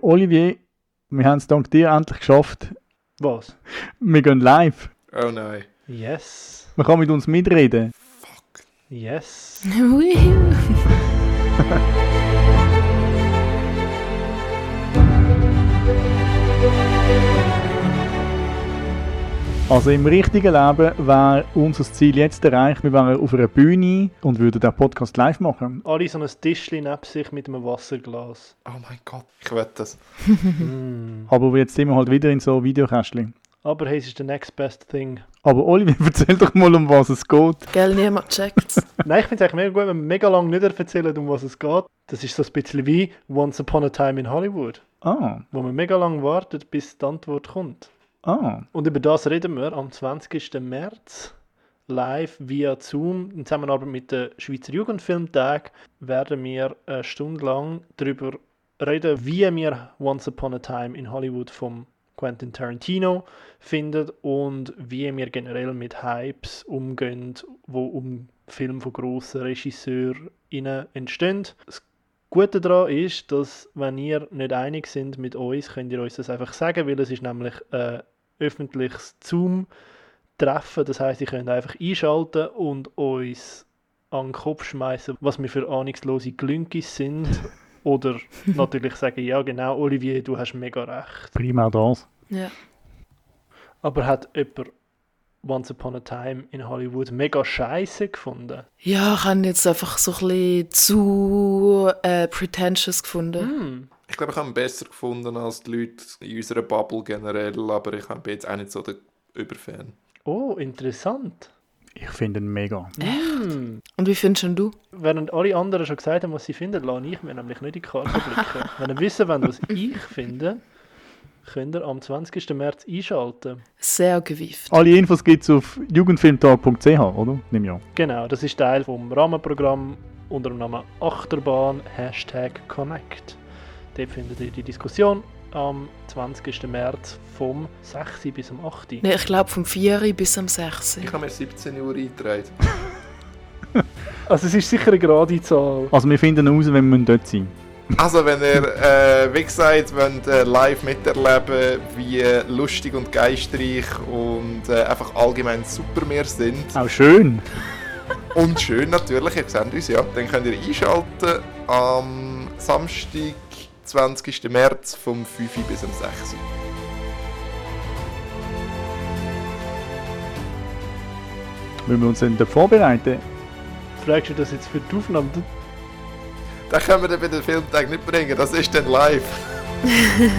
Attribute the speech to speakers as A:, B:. A: Olivier, wir haben es dank dir endlich geschafft.
B: Was?
A: Wir gehen live.
C: Oh nein.
B: Yes.
A: Man kann mit uns mitreden.
C: Fuck.
B: Yes.
A: Also im richtigen Leben wäre unser Ziel jetzt erreicht. Wir wären auf einer Bühne und würden den Podcast live machen.
B: Alle so ein Tischchen neben sich mit einem Wasserglas.
C: Oh mein Gott. Ich wette das.
B: Mm.
A: Aber jetzt sind wir halt wieder in so Videokästchen.
B: Aber hey, es ist the next best thing.
A: Aber Olivier, erzähl doch mal, um was es geht.
D: Gell, niemand checkt's.
B: Nein, ich finde es eigentlich mega gut, wenn wir mega lange nicht erzählen, um was es geht. Das ist so ein bisschen wie Once Upon a Time in Hollywood,
A: Ah,
B: wo man mega lange wartet, bis die Antwort kommt.
A: ah.
B: Und über das reden wir am 20. März live via Zoom in Zusammenarbeit mit dem Schweizer Jugendfilmtag werden wir eine Stunde lang darüber reden, wie wir Once Upon a Time in Hollywood vom Quentin Tarantino finden und wie wir generell mit Hypes umgehen, wo um Filme von grossen Regisseurinnen entstehen. Das Gute daran ist, dass wenn ihr nicht einig sind mit uns, könnt ihr uns das einfach sagen, weil es ist nämlich äh, öffentliches Zoom-Treffen. Das heißt, ihr könnt einfach einschalten und uns an den Kopf schmeißen, was wir für ahnungslose Glünkis sind. Oder natürlich sagen, ja genau, Olivier, du hast mega recht.
A: Prima das.
D: ja.
B: Aber hat jemand Once Upon a Time in Hollywood mega scheiße gefunden?
D: ja, ich habe jetzt einfach so ein bisschen zu äh, pretentious gefunden.
B: Hm.
C: Ich glaube, ich habe ihn besser gefunden als die Leute in unserer Bubble generell, aber ich bin jetzt auch nicht so der Überfan.
B: Oh, interessant.
A: Ich finde ihn mega.
B: Hm.
D: Und wie findest denn du?
B: Während alle anderen schon gesagt haben, was sie finden, lasse ich mir nämlich nicht in die Karte blicken. Wenn ihr wissen wollt, was ich finde, könnt ihr am 20. März einschalten.
D: Sehr gewieft.
A: Alle Infos gibt es auf jugendfilmtag.ch, oder? Nimm ja.
B: Genau, das ist Teil vom Rahmenprogramm unter dem Namen Achterbahn Hashtag Connect. Dort findet ihr die Diskussion am 20. März vom 6. bis zum 8.
D: Nee, ich glaube vom 4 bis am 6.
C: Ich habe mir 17 Uhr eingetragen.
B: Also es ist sicher eine gerade Zahl.
A: Also wir finden raus, wenn wir dort sind.
C: Also, wenn ihr, äh, wie gesagt, wollt, äh, live miterleben wie äh, lustig und geistreich und äh, einfach allgemein super wir sind
A: Auch schön.
C: und schön natürlich, ihr seht uns ja, dann könnt ihr einschalten am Samstag, 20. März, vom 5 Uhr bis um 6 Uhr.
A: Müssen wir uns dann dort vorbereiten?
B: Fragst du das jetzt für die Aufnahme?
C: Das können wir dann bei den Filmtag nicht bringen, das ist dann live.